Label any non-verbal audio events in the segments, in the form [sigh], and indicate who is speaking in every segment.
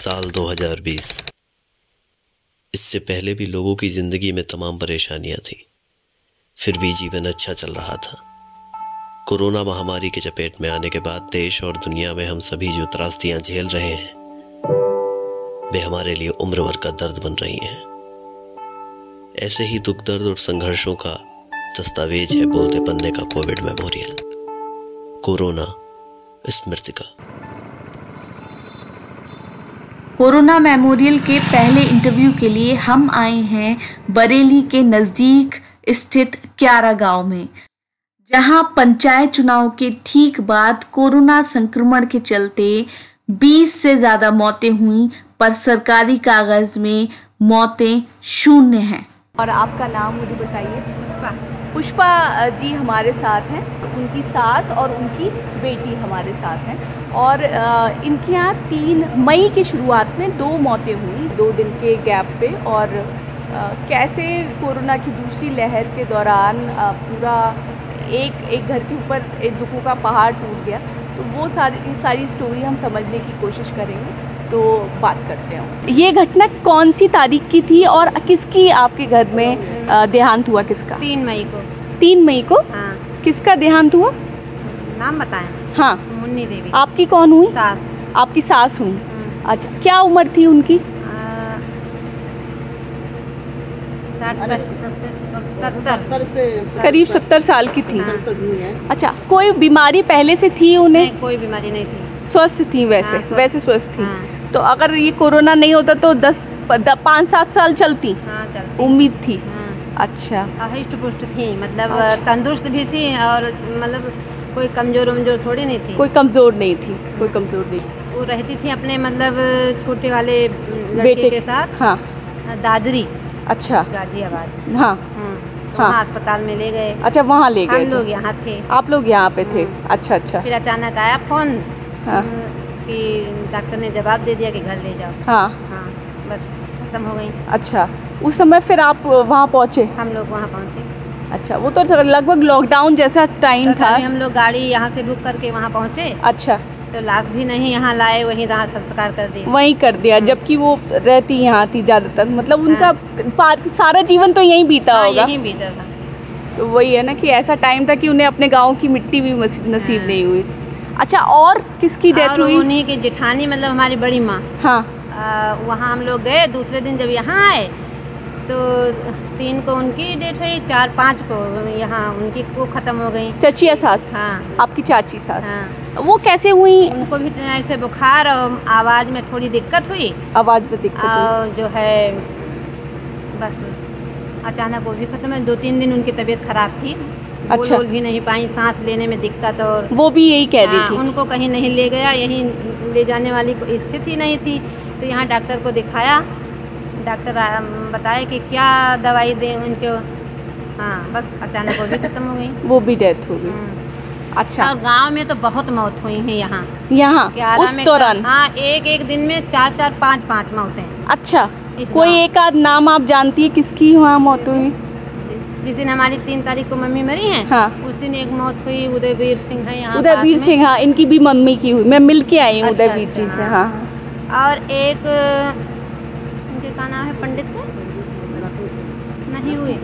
Speaker 1: साल 2020 इससे पहले भी लोगों की जिंदगी में तमाम परेशानियां थीं फिर भी जीवन अच्छा चल रहा था कोरोना महामारी की चपेट में आने के बाद देश और दुनिया में हम सभी जो त्रासदियां झेल रहे हैं वे हमारे लिए उम्र भर का दर्द बन रही हैं ऐसे ही दुख दर्द और संघर्षों का दस्तावेज है बोलते बनने का कोविड मेमोरियल कोरोना स्मृतिका
Speaker 2: कोरोना मेमोरियल के पहले इंटरव्यू के लिए हम आए हैं बरेली के नज़दीक स्थित क्यारा गांव में जहां पंचायत चुनाव के ठीक बाद कोरोना संक्रमण के चलते 20 से ज़्यादा मौतें हुई पर सरकारी कागज में मौतें शून्य हैं और आपका नाम मुझे बताइए पुष्पा पुष्पा अ, जी हमारे साथ हैं उनकी सास और उनकी बेटी हमारे साथ हैं और अ, इनके यहाँ तीन मई की शुरुआत में दो मौतें हुई दो दिन के गैप पे और अ, कैसे कोरोना की दूसरी लहर के दौरान अ, पूरा एक एक घर के ऊपर एक दुखों का पहाड़ टूट गया तो वो सारी सारी स्टोरी हम समझने की कोशिश करेंगे तो बात करते हैं ये घटना कौन सी तारीख की थी और किसकी आपके घर में अ, देहांत हुआ किसका
Speaker 3: हाँ। तीन मई को
Speaker 2: तीन मई को
Speaker 3: हाँ
Speaker 2: किसका देहांत हुआ
Speaker 3: नाम बताएं
Speaker 2: हाँ
Speaker 3: मुन्नी देवी
Speaker 2: आपकी कौन हुई
Speaker 3: सास
Speaker 2: आपकी सास हुई
Speaker 3: हम्म,
Speaker 2: अच्छा क्या उम्र थी उनकी
Speaker 3: आ, साठ सत्तर
Speaker 2: करीब सत्तर साल की थी
Speaker 3: हाँ,
Speaker 2: अच्छा कोई बीमारी पहले से थी उन्हें
Speaker 3: नहीं कोई बीमारी नहीं थी
Speaker 2: स्वस्थ थी वैसे
Speaker 3: हाँ, स्वस्थ।
Speaker 2: वैसे स्वस्थ थी
Speaker 3: हाँ
Speaker 2: तो अगर ये कोरोना नहीं होता तो दस प- पाँच सात साल चलती
Speaker 3: हाँ चलती
Speaker 2: उम्मीद थी
Speaker 3: हाँ
Speaker 2: अच्छा
Speaker 3: और हष्ट पुष्ट थी मतलब
Speaker 2: अच्छा।
Speaker 3: तंदुरुस्त भी थी और मतलब कोई कमजोर उमजोर थोड़ी नहीं थी
Speaker 2: कोई कमजोर नहीं थी कोई कमजोर नहीं थी।
Speaker 3: वो रहती थी अपने मतलब छोटे वाले
Speaker 2: बेटे-
Speaker 3: लड़के के साथ
Speaker 2: हाँ
Speaker 3: दादरी
Speaker 2: अच्छा
Speaker 3: गाजियाबाद
Speaker 2: हाँ
Speaker 3: हाँ तो
Speaker 2: हाँ।
Speaker 3: वहाँ अस्पताल में ले गए
Speaker 2: अच्छा वहाँ ले
Speaker 3: हम
Speaker 2: गए
Speaker 3: लोग हाँ।
Speaker 2: थे।
Speaker 3: यहाँ थे
Speaker 2: आप लोग यहाँ पे थे अच्छा अच्छा
Speaker 3: फिर अचानक आया फोन
Speaker 2: हाँ
Speaker 3: कि डॉक्टर ने जवाब दे दिया कि घर ले जाओ
Speaker 2: हाँ
Speaker 3: हाँ बस खत्म हो गई
Speaker 2: अच्छा उस समय फिर आप वहाँ पहुँचे
Speaker 3: हम लोग वहाँ पहुँचे
Speaker 2: अच्छा वो तो लगभग लॉकडाउन जैसा टाइम
Speaker 3: तो
Speaker 2: था
Speaker 3: तभी हम लोग गाड़ी यहाँ से बुक करके वहाँ पहुँचे
Speaker 2: अच्छा
Speaker 3: तो लाश भी नहीं यहाँ लाए वहीं रहा संस्कार कर दिए
Speaker 2: वहीं कर
Speaker 3: हाँ।
Speaker 2: दिया जबकि वो रहती यहाँ थी ज़्यादातर मतलब उनका पा- सारा जीवन तो यहीं बीता
Speaker 3: हाँ,
Speaker 2: होगा
Speaker 3: यहीं बीता था
Speaker 2: तो वही है ना कि ऐसा टाइम था कि उन्हें अपने गांव की मिट्टी भी मसी- नसीब
Speaker 3: हाँ।
Speaker 2: नहीं हुई अच्छा और किसकी डेथ
Speaker 3: और
Speaker 2: हुई
Speaker 3: उन्हीं की जेठानी मतलब हमारी बड़ी माँ
Speaker 2: हाँ
Speaker 3: आ, वहाँ हम लोग गए दूसरे दिन जब यहाँ आए तो तीन को उनकी डेट हुई चार पाँच को यहाँ उनकी वो ख़त्म हो गई
Speaker 2: चचिया सास
Speaker 3: हाँ
Speaker 2: आपकी चाची सास
Speaker 3: हाँ
Speaker 2: वो कैसे हुई
Speaker 3: उनको भी ऐसे बुखार और आवाज़ में थोड़ी दिक्कत हुई
Speaker 2: आवाज़ में दिक्कत हुई।
Speaker 3: और जो है बस अचानक वो भी ख़त्म है दो तीन दिन उनकी तबीयत ख़राब थी बोल
Speaker 2: अच्छा।
Speaker 3: बोल भी नहीं पाई सांस लेने में दिक्कत और
Speaker 2: वो भी यही कह
Speaker 3: हाँ,
Speaker 2: रही थी
Speaker 3: उनको कहीं नहीं ले गया यहीं ले जाने वाली को- स्थिति नहीं थी तो यहाँ डॉक्टर को दिखाया डॉक्टर आ- बताया कि क्या दवाई दें उनको हाँ बस अचानक वो भी ख़त्म हो
Speaker 2: [laughs]
Speaker 3: गई
Speaker 2: वो भी डेथ हो गई
Speaker 3: हम्म।
Speaker 2: अच्छा
Speaker 3: और गांव में तो बहुत मौत हुई है यहाँ
Speaker 2: यहाँ
Speaker 3: ग्यारह
Speaker 2: उस
Speaker 3: में
Speaker 2: दौरान
Speaker 3: हाँ एक एक दिन में चार चार पाँच पाँच मौतें
Speaker 2: अच्छा
Speaker 3: इस
Speaker 2: कोई
Speaker 3: गाँव-
Speaker 2: एक आध नाम आप जानती है किसकी हाँ, वहाँ मौत हुई
Speaker 3: जिस दिन हमारी तीन तारीख को मम्मी मरी है
Speaker 2: हाँ।
Speaker 3: उस दिन एक मौत हुई उदयवीर सिंह है यहाँ
Speaker 2: उदयवीर
Speaker 3: पास में।
Speaker 2: सिंह हाँ इनकी भी मम्मी की हुई मैं मिल के आई हूँ
Speaker 3: अच्छा,
Speaker 2: उदयवीर जी
Speaker 3: अच्छा,
Speaker 2: से
Speaker 3: हाँ।
Speaker 2: हाँ
Speaker 3: और एक अ, उनके का नाम है पंडित का? नहीं हुए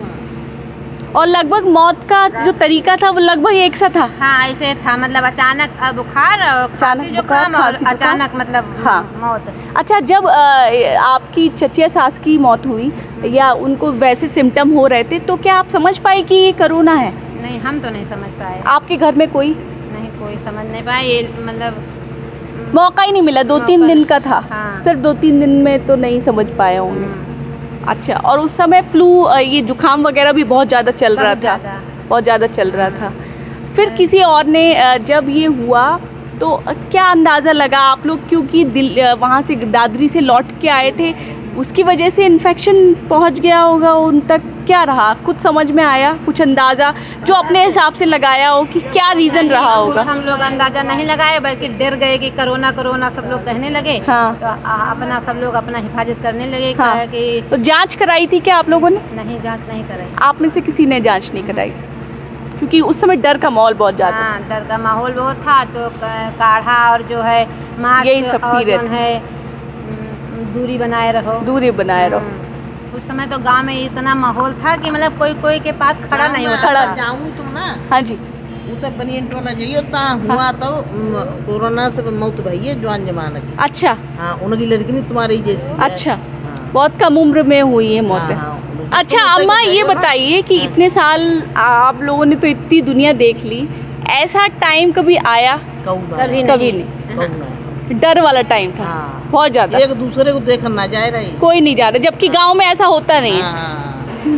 Speaker 2: और लगभग मौत का जो तरीका था वो लगभग एक सा था
Speaker 3: हाँ ऐसे था मतलब अचानक अ, बुखार और
Speaker 2: अचानक
Speaker 3: खांसी
Speaker 2: बुखार,
Speaker 3: जुकाम और
Speaker 2: खांसी जुकाम।
Speaker 3: अचानक मतलब
Speaker 2: हाँ।
Speaker 3: मौत
Speaker 2: अच्छा जब अ, आपकी चचिया सास की मौत हुई या उनको वैसे सिम्टम हो रहे थे तो क्या आप समझ पाए कि ये कोरोना है
Speaker 3: नहीं हम तो नहीं समझ पाए
Speaker 2: आपके घर में कोई
Speaker 3: नहीं कोई समझ नहीं पाए ये मतलब
Speaker 2: मौका ही नहीं मिला दो
Speaker 3: मौका
Speaker 2: तीन दिन
Speaker 3: नहीं।
Speaker 2: का था
Speaker 3: हाँ।
Speaker 2: सिर्फ दो तीन दिन में तो नहीं समझ पाया होंगे
Speaker 3: हम्म,
Speaker 2: अच्छा और उस समय फ्लू अ, ये जुकाम वगैरह भी बहुत ज़्यादा चल रहा
Speaker 3: बहुत
Speaker 2: था
Speaker 3: ज्यादा।
Speaker 2: बहुत ज़्यादा चल रहा था फिर किसी और ने अ, जब ये हुआ तो अ, क्या अंदाज़ा लगा आप लोग क्योंकि दिल अ, वहाँ से दादरी से लौट के आए थे उसकी वजह से इन्फेक्शन पहुँच गया होगा उन तक क्या रहा कुछ समझ में आया कुछ अंदाज़ा जो अपने हिसाब से लगाया हो कि क्या रीज़न रहा होगा
Speaker 3: हम लोग अंदाजा नहीं लगाए बल्कि डर गए कि कोरोना कोरोना सब लोग कहने लगे
Speaker 2: हाँ
Speaker 3: तो आ- अपना सब लोग अपना हिफाजत करने लगे
Speaker 2: हाँ।
Speaker 3: कहा कि
Speaker 2: तो जांच कराई थी क्या आप लोगों ने
Speaker 3: नहीं जांच नहीं करें
Speaker 2: आप में से किसी ने जांच नहीं कराई क्योंकि उस समय डर का माहौल बहुत ज़्यादा
Speaker 3: हाँ डर का माहौल बहुत था तो क- काढ़ा और जो है मास्क
Speaker 2: यही सब
Speaker 3: और
Speaker 2: पी रहे
Speaker 3: जोन है दूरी बनाए रहो
Speaker 2: दूरी बनाए रहो
Speaker 3: हम्म। उस समय तो गांव में इतना माहौल था कि मतलब कोई कोई के पास खड़ा नहीं होता
Speaker 2: खड़ा
Speaker 3: था।
Speaker 4: जाऊँ तो ना
Speaker 2: हाँ जी हाँ।
Speaker 4: वो तो बनियन टोला जाइयो ता हुआ तो म, कोरोना से मौत भई है जवान जमाना की
Speaker 2: अच्छा
Speaker 4: हाँ उनकी लड़की नहीं तुम्हारी जैसी है।
Speaker 2: अच्छा
Speaker 4: हाँ,
Speaker 2: बहुत कम उम्र में हुई है मौतें
Speaker 4: हाँ, उनकी-
Speaker 2: अच्छा
Speaker 4: तो
Speaker 2: अम्मा
Speaker 4: उनकी
Speaker 2: ये
Speaker 4: जाइयो ना।
Speaker 2: बताइए कि
Speaker 4: हाँ।
Speaker 2: इतने साल आप लोगों ने तो इतनी दुनिया देख ली ऐसा टाइम कभी आया
Speaker 4: कहूँ ना,
Speaker 3: कभी
Speaker 2: कभी
Speaker 3: नहीं
Speaker 2: नहीं
Speaker 4: कहूँ ना।
Speaker 2: डर वाला टाइम था
Speaker 4: हाँ।
Speaker 2: बहुत ज़्यादा
Speaker 4: एक दूसरे को देखा ना जाए रही
Speaker 2: कोई नहीं जा रहा जबकि गांव में ऐसा होता नहीं है
Speaker 4: हाँ,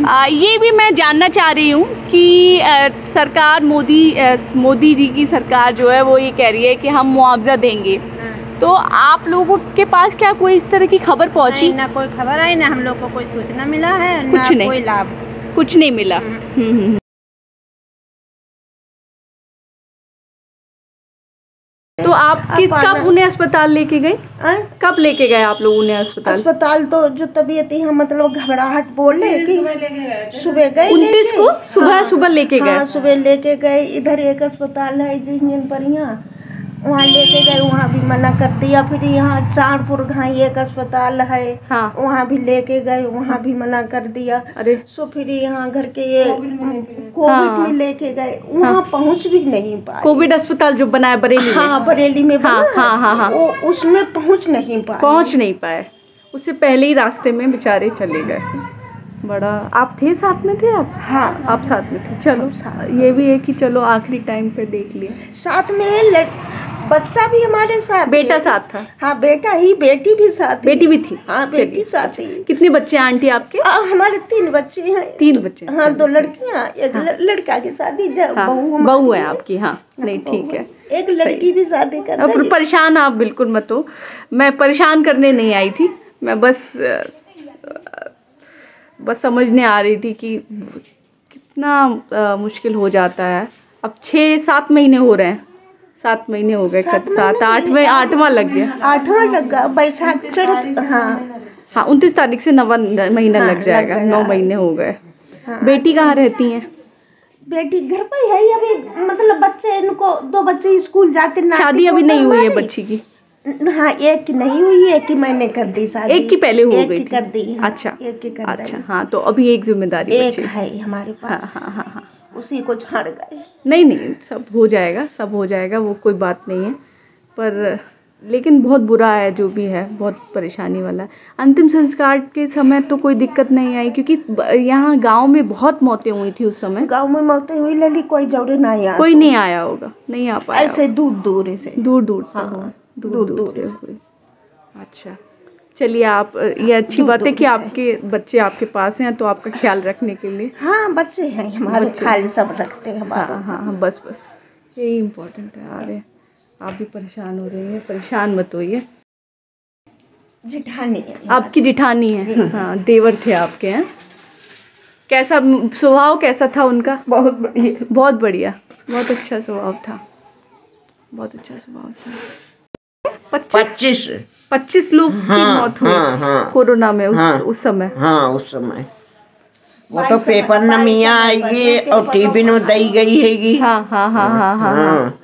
Speaker 2: आ, ये भी मैं जानना चाह रही हूँ कि आ, सरकार मोदी आ, मोदी जी की सरकार जो है वो ये कह रही है कि हम मुआवजा देंगे
Speaker 3: हाँ।
Speaker 2: तो आप लोगों के पास क्या कोई इस तरह की खबर पहुंची
Speaker 3: नहीं, ना कोई खबर आई ना हम लोग को कोई सूचना मिला है ना
Speaker 2: कुछ नहीं।
Speaker 3: कोई लाभ
Speaker 2: कुछ नहीं मिला
Speaker 3: हम्म।
Speaker 2: हम्म, हम्म, हम्म। तो आप किस कब उन्हें अस्पताल लेके गए
Speaker 5: आए?
Speaker 2: कब लेके गए आप लोग उन्हें अस्पताल
Speaker 5: अस्पताल तो जो तबीयत यहाँ मतलब घबराहट बोल रहे कि सुबह गए
Speaker 2: उनतीस
Speaker 5: लेके।
Speaker 2: को सुबह सुबह लेके गए
Speaker 5: हाँ सुबह लेके गए इधर एक अस्पताल है जिंजन पर यहाँ वहाँ लेके गए वहाँ भी मना कर दिया फिर यहाँ चारपुर घाई एक अस्पताल है
Speaker 2: हाँ
Speaker 5: वहाँ भी लेके गए वहाँ भी मना कर दिया
Speaker 2: अरे
Speaker 5: सो फिर यहाँ घर के ये कोविड
Speaker 2: हाँ।
Speaker 5: में लेके गए वहाँ पहुँच भी नहीं पाए
Speaker 2: कोविड अस्पताल जो बनाया बरेली में
Speaker 5: हाँ बरेली में
Speaker 2: हाँ,
Speaker 5: बना है।
Speaker 2: हाँ, हाँ, हाँ।
Speaker 5: वो उसमें पहुँच नहीं पाए
Speaker 2: पहुंच नहीं पाए उससे पहले ही रास्ते में बेचारे चले गए बड़ा आप थे साथ में थे आप
Speaker 5: हाँ
Speaker 2: आप साथ में थे चलो
Speaker 5: साथ
Speaker 2: ये भी है कि चलो आखिरी टाइम पे देख लिए
Speaker 5: साथ में है लड़... बच्चा भी हमारे साथ
Speaker 2: बेटा
Speaker 5: है।
Speaker 2: साथ था
Speaker 5: हाँ बेटा ही बेटी भी साथ ही।
Speaker 2: बेटी भी थी
Speaker 5: हाँ
Speaker 2: चलिए।
Speaker 5: बेटी साथ ही
Speaker 2: कितने बच्चे हैं आंटी आपके
Speaker 5: आ, हमारे तीन बच्चे हैं
Speaker 2: तीन बच्चे हैं।
Speaker 5: हाँ दो लड़कियाँ एक लड़- लड़का की शादी जब
Speaker 2: हाँ
Speaker 5: बहू हमारी
Speaker 2: बहू है आपकी हाँ नहीं ठीक है
Speaker 5: एक लड़की भी शादी कर
Speaker 2: अब
Speaker 5: रही है।
Speaker 2: परेशान आप बिल्कुल मत हो मैं परेशान करने नहीं आई थी मैं बस अ, अ, बस समझने आ रही थी कि कितना अ, मुश्किल हो जाता है अब छः सात महीने हो रहे हैं सात महीने हो गए
Speaker 5: सात
Speaker 2: खत सात आठवें आठवां लग गया
Speaker 5: आठवां लगा बैसाख चढ़ हाँ
Speaker 2: हाँ उनतीस तारीख से नवा महीना
Speaker 5: हाँ,
Speaker 2: लग
Speaker 5: लग
Speaker 2: जाएगा
Speaker 5: गया।
Speaker 2: नौ महीने हो गए
Speaker 5: हाँ।
Speaker 2: बेटी कहाँ रहती हैं
Speaker 5: बेटी घर पे है ही अभी मतलब बच्चे इनको दो बच्चे स्कूल जाते नाती
Speaker 2: शादी अभी
Speaker 5: पोता
Speaker 2: नहीं हुई है
Speaker 5: हमारी।
Speaker 2: बच्ची की
Speaker 5: हाँ एक की नहीं हुई एक की मैंने कर दी शादी
Speaker 2: एक की पहले हो
Speaker 5: एक
Speaker 2: गई
Speaker 5: की
Speaker 2: थी।
Speaker 5: कर दी हाँ,
Speaker 2: अच्छा।
Speaker 5: एक की कर
Speaker 2: अच्छा
Speaker 5: दी
Speaker 2: हाँ तो अभी एक जिम्मेदारी
Speaker 5: एक
Speaker 2: बची
Speaker 5: है हमारे
Speaker 2: हाँ
Speaker 5: पास
Speaker 2: हाँ हाँ हाँ
Speaker 5: उसी को छाड़ गए
Speaker 2: नहीं नहीं सब हो जाएगा सब हो जाएगा वो कोई बात नहीं है पर लेकिन बहुत बुरा है जो भी है बहुत परेशानी वाला है अंतिम संस्कार के समय तो कोई दिक्कत नहीं आई क्योंकि ब- यहाँ गांव में बहुत मौतें हुई थी उस समय
Speaker 5: गांव में मौतें हुई लली कोई जौरे नहीं आ
Speaker 2: कोई नहीं आया होगा नहीं आ पाया
Speaker 5: हाँ, ऐसे दूर दूर से
Speaker 2: होगा। दूर दूर से
Speaker 5: हाँ,
Speaker 2: हुआ दूर
Speaker 5: दूर
Speaker 2: दूर
Speaker 5: दूर
Speaker 2: से
Speaker 5: से।
Speaker 2: हुई अच्छा चलिए आप ये अच्छी
Speaker 5: दूर
Speaker 2: बात है
Speaker 5: दूर
Speaker 2: कि
Speaker 5: से।
Speaker 2: आपके बच्चे आपके पास हैं तो आपका ख्याल रखने के लिए
Speaker 5: हाँ बच्चे हैं हमारे
Speaker 2: बच्चे।
Speaker 5: खाली सब रखते हैं
Speaker 2: हाँ
Speaker 5: हमारे
Speaker 2: हाँ हाँ बस बस यही इम्पोर्टेंट है अरे आप भी परेशान हो रही हैं परेशान मत होइए
Speaker 5: जेठानी है हमारी।
Speaker 2: आपकी जिठानी
Speaker 4: [laughs]
Speaker 2: है हाँ देवर थे आपके हैं कैसा स्वभाव कैसा था उनका बहुत बढ़िया बहुत बढ़िया बहुत अच्छा स्वभाव था बहुत अच्छा स्वभाव था पच्चीस
Speaker 4: पच्चीस
Speaker 2: पच्चीस लोग की
Speaker 4: हाँ,
Speaker 2: मौत हुई
Speaker 4: हाँ, हाँ।
Speaker 2: कोरोना में उस,
Speaker 4: हाँ।
Speaker 2: उस समय
Speaker 4: हाँ उस समय वो तो
Speaker 5: बाईस समय-
Speaker 4: पेपर न
Speaker 5: बाईस
Speaker 4: मिया
Speaker 5: समय पर
Speaker 4: आएगी
Speaker 5: पेपर
Speaker 4: और टीवी
Speaker 5: तो
Speaker 4: न दई गई हैगी
Speaker 2: हाँ हाँ हाँ हाँ हाँ हाँ
Speaker 4: हाँ।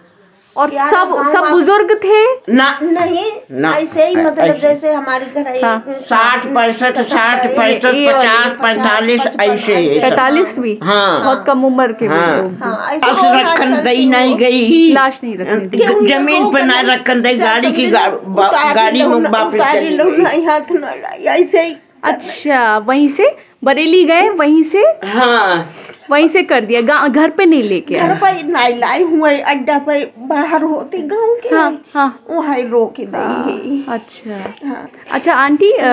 Speaker 2: और
Speaker 5: यार,
Speaker 2: सब
Speaker 5: गाँव
Speaker 2: सब
Speaker 5: आप-
Speaker 2: बुजुर्ग थे
Speaker 4: ना
Speaker 5: नहीं
Speaker 4: ना,
Speaker 5: ऐसे ही मतलब
Speaker 4: ऐसे।
Speaker 5: जैसे हमारे घर है
Speaker 2: हाँ।
Speaker 4: साठ पैंसठ साठ पैंसठ
Speaker 2: ये वाली,
Speaker 4: पचास पैंतालीस ऐसे ये सब।
Speaker 2: पैतालीस भी
Speaker 4: हाँ
Speaker 2: बहुत कम उम्र के भी
Speaker 4: हाँ।
Speaker 2: लोग
Speaker 5: हाँ ऐसे
Speaker 4: अस
Speaker 5: और
Speaker 4: रखन
Speaker 5: आजकल
Speaker 4: दई
Speaker 5: तो
Speaker 4: नहीं गई
Speaker 2: लाश नहीं रखने दी
Speaker 5: उनको
Speaker 4: जमीन पर ना
Speaker 5: कहीं
Speaker 4: रखन दई गाड़ी की गा-
Speaker 5: उतारी
Speaker 4: बा-
Speaker 5: लो
Speaker 4: गाड़ी में
Speaker 5: ना,
Speaker 4: वापस
Speaker 5: उतारी
Speaker 4: चली
Speaker 5: लो
Speaker 4: गई।
Speaker 5: ना हाथ ना लाई ऐसे ही
Speaker 2: अच्छा वहीं से बरेली गए वहीं से
Speaker 4: हाँ
Speaker 2: वहीं से कर दिया गा- घर पे नहीं लेके
Speaker 5: घर
Speaker 2: आए
Speaker 5: पर नाई लाई हुए अड्डा पर बाहर होते गाँव के
Speaker 2: हाँ हाँ
Speaker 5: वहाँ रो के नहीं है।
Speaker 2: अच्छा
Speaker 5: हाँ
Speaker 2: अच्छा आंटी अ,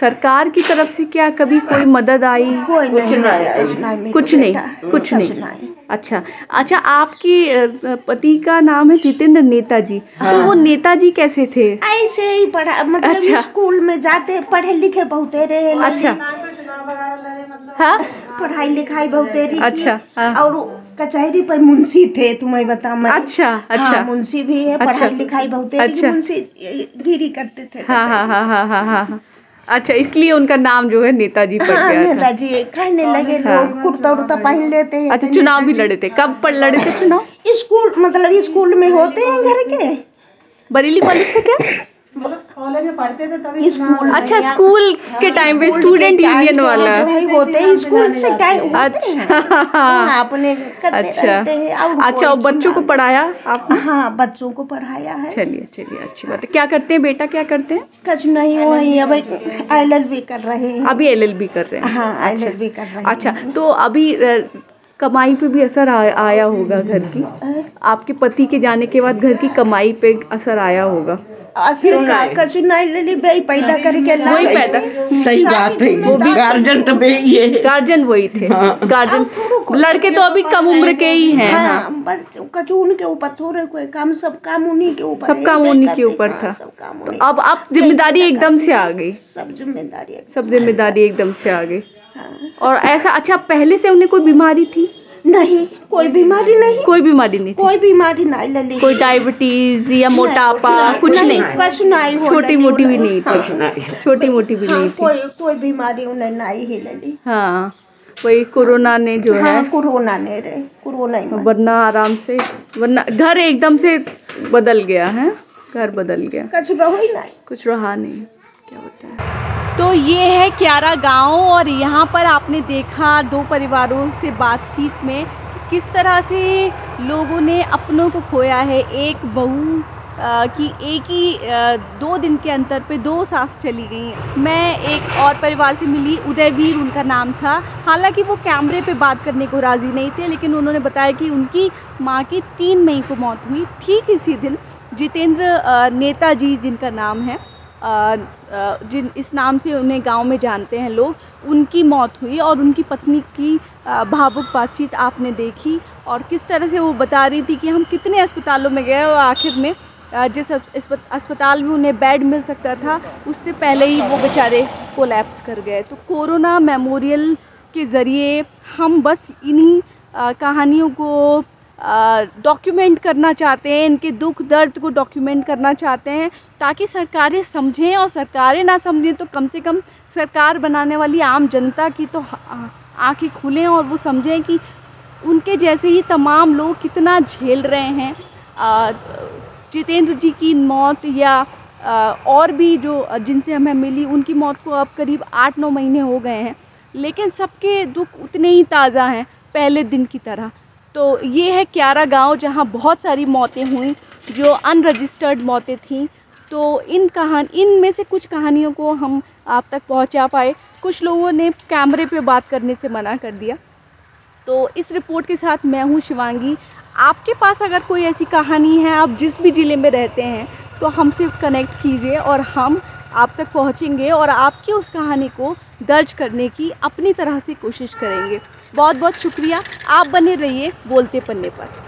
Speaker 2: सरकार की तरफ से क्या कभी कोई मदद आई
Speaker 5: कोई
Speaker 4: कुछ
Speaker 5: नहीं
Speaker 4: नहीं आई।
Speaker 5: कुछ नहीं मेरे
Speaker 2: कुछ
Speaker 5: बेटा,
Speaker 2: नहीं कुछ नहीं अच्छा अच्छा आपके अ, पति का नाम है जितेंद्र नेताजी तो
Speaker 5: हाँ।
Speaker 2: वो नेताजी कैसे थे
Speaker 5: ऐसे ही पढ़ा मतलब
Speaker 2: अच्छा।
Speaker 5: स्कूल में जाते पढ़े लिखे बहुते रहे
Speaker 2: अच्छा हाँ
Speaker 5: पढ़ाई लिखाई बहुते रही
Speaker 2: अच्छा, हाँ।
Speaker 5: और वो कचहरी पर मुंशी थे तुम्हें बता मैं
Speaker 2: अच्छा अच्छा
Speaker 5: हाँ, मुंशी भी है
Speaker 2: अच्छा।
Speaker 5: पढ़ाई लिखाई बहुते रही
Speaker 2: अच्छा।
Speaker 5: मुंशी ये, गिरी करते थे
Speaker 2: हाँ हाँ हाँ हाँ हाँ हाँ हाँ अच्छा इसलिए उनका नाम जो है नेताजी पड़
Speaker 5: हाँ
Speaker 2: गया था
Speaker 5: नेताजी कहने लगे
Speaker 2: हाँ।
Speaker 5: लोग कुर्ता उर्ता पहन लेते हैं
Speaker 2: अच्छा चुनाव भी लड़े थे कब पर लड़े थे चुनाव
Speaker 5: स्कूल मतलब स्कूल में होते हैं घर के [laughs]
Speaker 2: बरेली कॉलेज से क्या
Speaker 5: स्कूल
Speaker 2: अच्छा स्कूल
Speaker 5: हाँ,
Speaker 2: के टाइम पे स्टूडेंट यूनियन वाला
Speaker 5: वही होते हैं स्कूल से टैग होते हैं
Speaker 2: अच्छा
Speaker 5: हाँ, अपने करते
Speaker 2: अच्छा
Speaker 5: रहते हैं और
Speaker 2: अच्छा और
Speaker 5: कोई
Speaker 2: बच्चों को अच्छा।
Speaker 5: चुनाव-
Speaker 2: पढ़ाया आप
Speaker 5: हाँ बच्चों को पढ़ाया है
Speaker 2: चलिए चलिए अच्छी बात है क्या करते हैं बेटा क्या करते हैं
Speaker 5: कुछ नहीं वही अब एल एल बी कर रहे हैं
Speaker 2: अभी एलएलबी कर रहे हैं
Speaker 5: हाँ एल एल बी कर रहे हैं
Speaker 2: अच्छा तो अभी अ, कमाई पे भी असर आ, आया होगा घर की आपके पति के जाने के बाद घर की कमाई पे असर आया होगा
Speaker 5: असली का कछु नहीं ले ली बे पैदा करके लाई
Speaker 2: वही पैदा
Speaker 6: सही बात है वो भी गार्जियन तो भेजिए
Speaker 2: गार्जियन वही थे गार्जियन लड़के तो अभी कम उम्र के ही हैं
Speaker 5: हाँ बस कछु उनके ऊपर थोड़े कोई काम सब काम उन्हीं के ऊपर
Speaker 2: सब
Speaker 5: है,
Speaker 2: काम
Speaker 5: बे
Speaker 2: उन्हीं के
Speaker 5: करते-
Speaker 2: ऊपर
Speaker 5: हाँ,
Speaker 2: था।
Speaker 5: सब काम
Speaker 2: तो
Speaker 5: उन्हीं
Speaker 2: अब आप जिम्मेदारी एकदम से आ गई
Speaker 5: सब जिम्मेदारी है।
Speaker 2: सब जिम्मेदारी एकदम से आ गई और ऐसा अच्छा पहले से उन्हें कोई बीमारी थी
Speaker 5: नहीं कोई बीमारी नहीं
Speaker 2: कोई बीमारी नहीं थी
Speaker 5: कोई बीमारी नहीं ले ली
Speaker 2: कोई डायबिटीज या मोटापा कुछ नहीं
Speaker 5: कुछ नहीं हो
Speaker 2: छोटी
Speaker 5: लली
Speaker 2: मोटी भी
Speaker 5: उन्हें।
Speaker 2: नहीं
Speaker 5: हाँ,
Speaker 2: थी छोटी मोटी भी
Speaker 5: हाँ,
Speaker 2: नहीं थी
Speaker 5: कोई कोई बीमारी उन्हें नहीं ही ले ली
Speaker 2: हाँ वही कोरोना ने जो है
Speaker 5: हाँ कोरोना नहीं रहे कोरोना ही मर
Speaker 2: वरना आराम से वरना घर एकदम से बदल गया है घर बदल गया
Speaker 5: कछु रहो ही नहीं
Speaker 2: कुछ रहा नहीं क्या बताया तो ये है क्यारा गांव और यहाँ पर आपने देखा दो परिवारों से बातचीत में कि किस तरह से लोगों ने अपनों को खोया है एक बहू अ, की एक ही अ, दो दिन के अंतर पे दो सास चली गई हैं। मैं एक और परिवार से मिली उदयवीर उनका नाम था हालांकि वो कैमरे पे बात करने को राज़ी नहीं थे लेकिन उन्होंने बताया कि उनकी माँ की तीन मई को मौत हुई ठीक इसी दिन जितेंद्र अ, नेताजी जिनका नाम है अ, अ, जिन इस नाम से उन्हें गांव में जानते हैं लोग उनकी मौत हुई और उनकी पत्नी की अ, भावुक बातचीत आपने देखी और किस तरह से वो बता रही थी कि हम कितने अस्पतालों में गए और आखिर में अ, जिस अस्प- अस्पताल में उन्हें बेड मिल सकता था उससे पहले ही वो बेचारे कोलैप्स कर गए तो कोरोना मेमोरियल के ज़रिए हम बस इन्हीं अ, कहानियों को डॉक्यूमेंट करना चाहते हैं इनके दुख दर्द को डॉक्यूमेंट करना चाहते हैं ताकि सरकारें समझें और सरकारें ना समझें तो कम से कम सरकार बनाने वाली आम जनता की तो ह- आ- आंखें खुलें और वो समझें कि उनके जैसे ही तमाम लोग कितना झेल रहे हैं आ, जितेंद्र जी की मौत या आ, और भी जो जिनसे हमें मिली उनकी मौत को अब करीब आठ नौ महीने हो गए हैं लेकिन सबके दुख उतने ही ताज़ा हैं पहले दिन की तरह तो ये है क्यारा गांव जहां बहुत सारी मौतें हुई जो अनरजिस्टर्ड मौतें थीं तो इन कहान इन में से कुछ कहानियों को हम आप तक पहुंचा पाए कुछ लोगों ने कैमरे पे बात करने से मना कर दिया तो इस रिपोर्ट के साथ मैं हूँ शिवांगी आपके पास अगर कोई ऐसी कहानी है आप जिस भी ज़िले में रहते हैं तो हमसे कनेक्ट कीजिए और हम आप तक पहुँचेंगे और आपकी उस कहानी को दर्ज करने की अपनी तरह से कोशिश करेंगे बहुत बहुत शुक्रिया आप बने रहिए बोलते पन्ने पर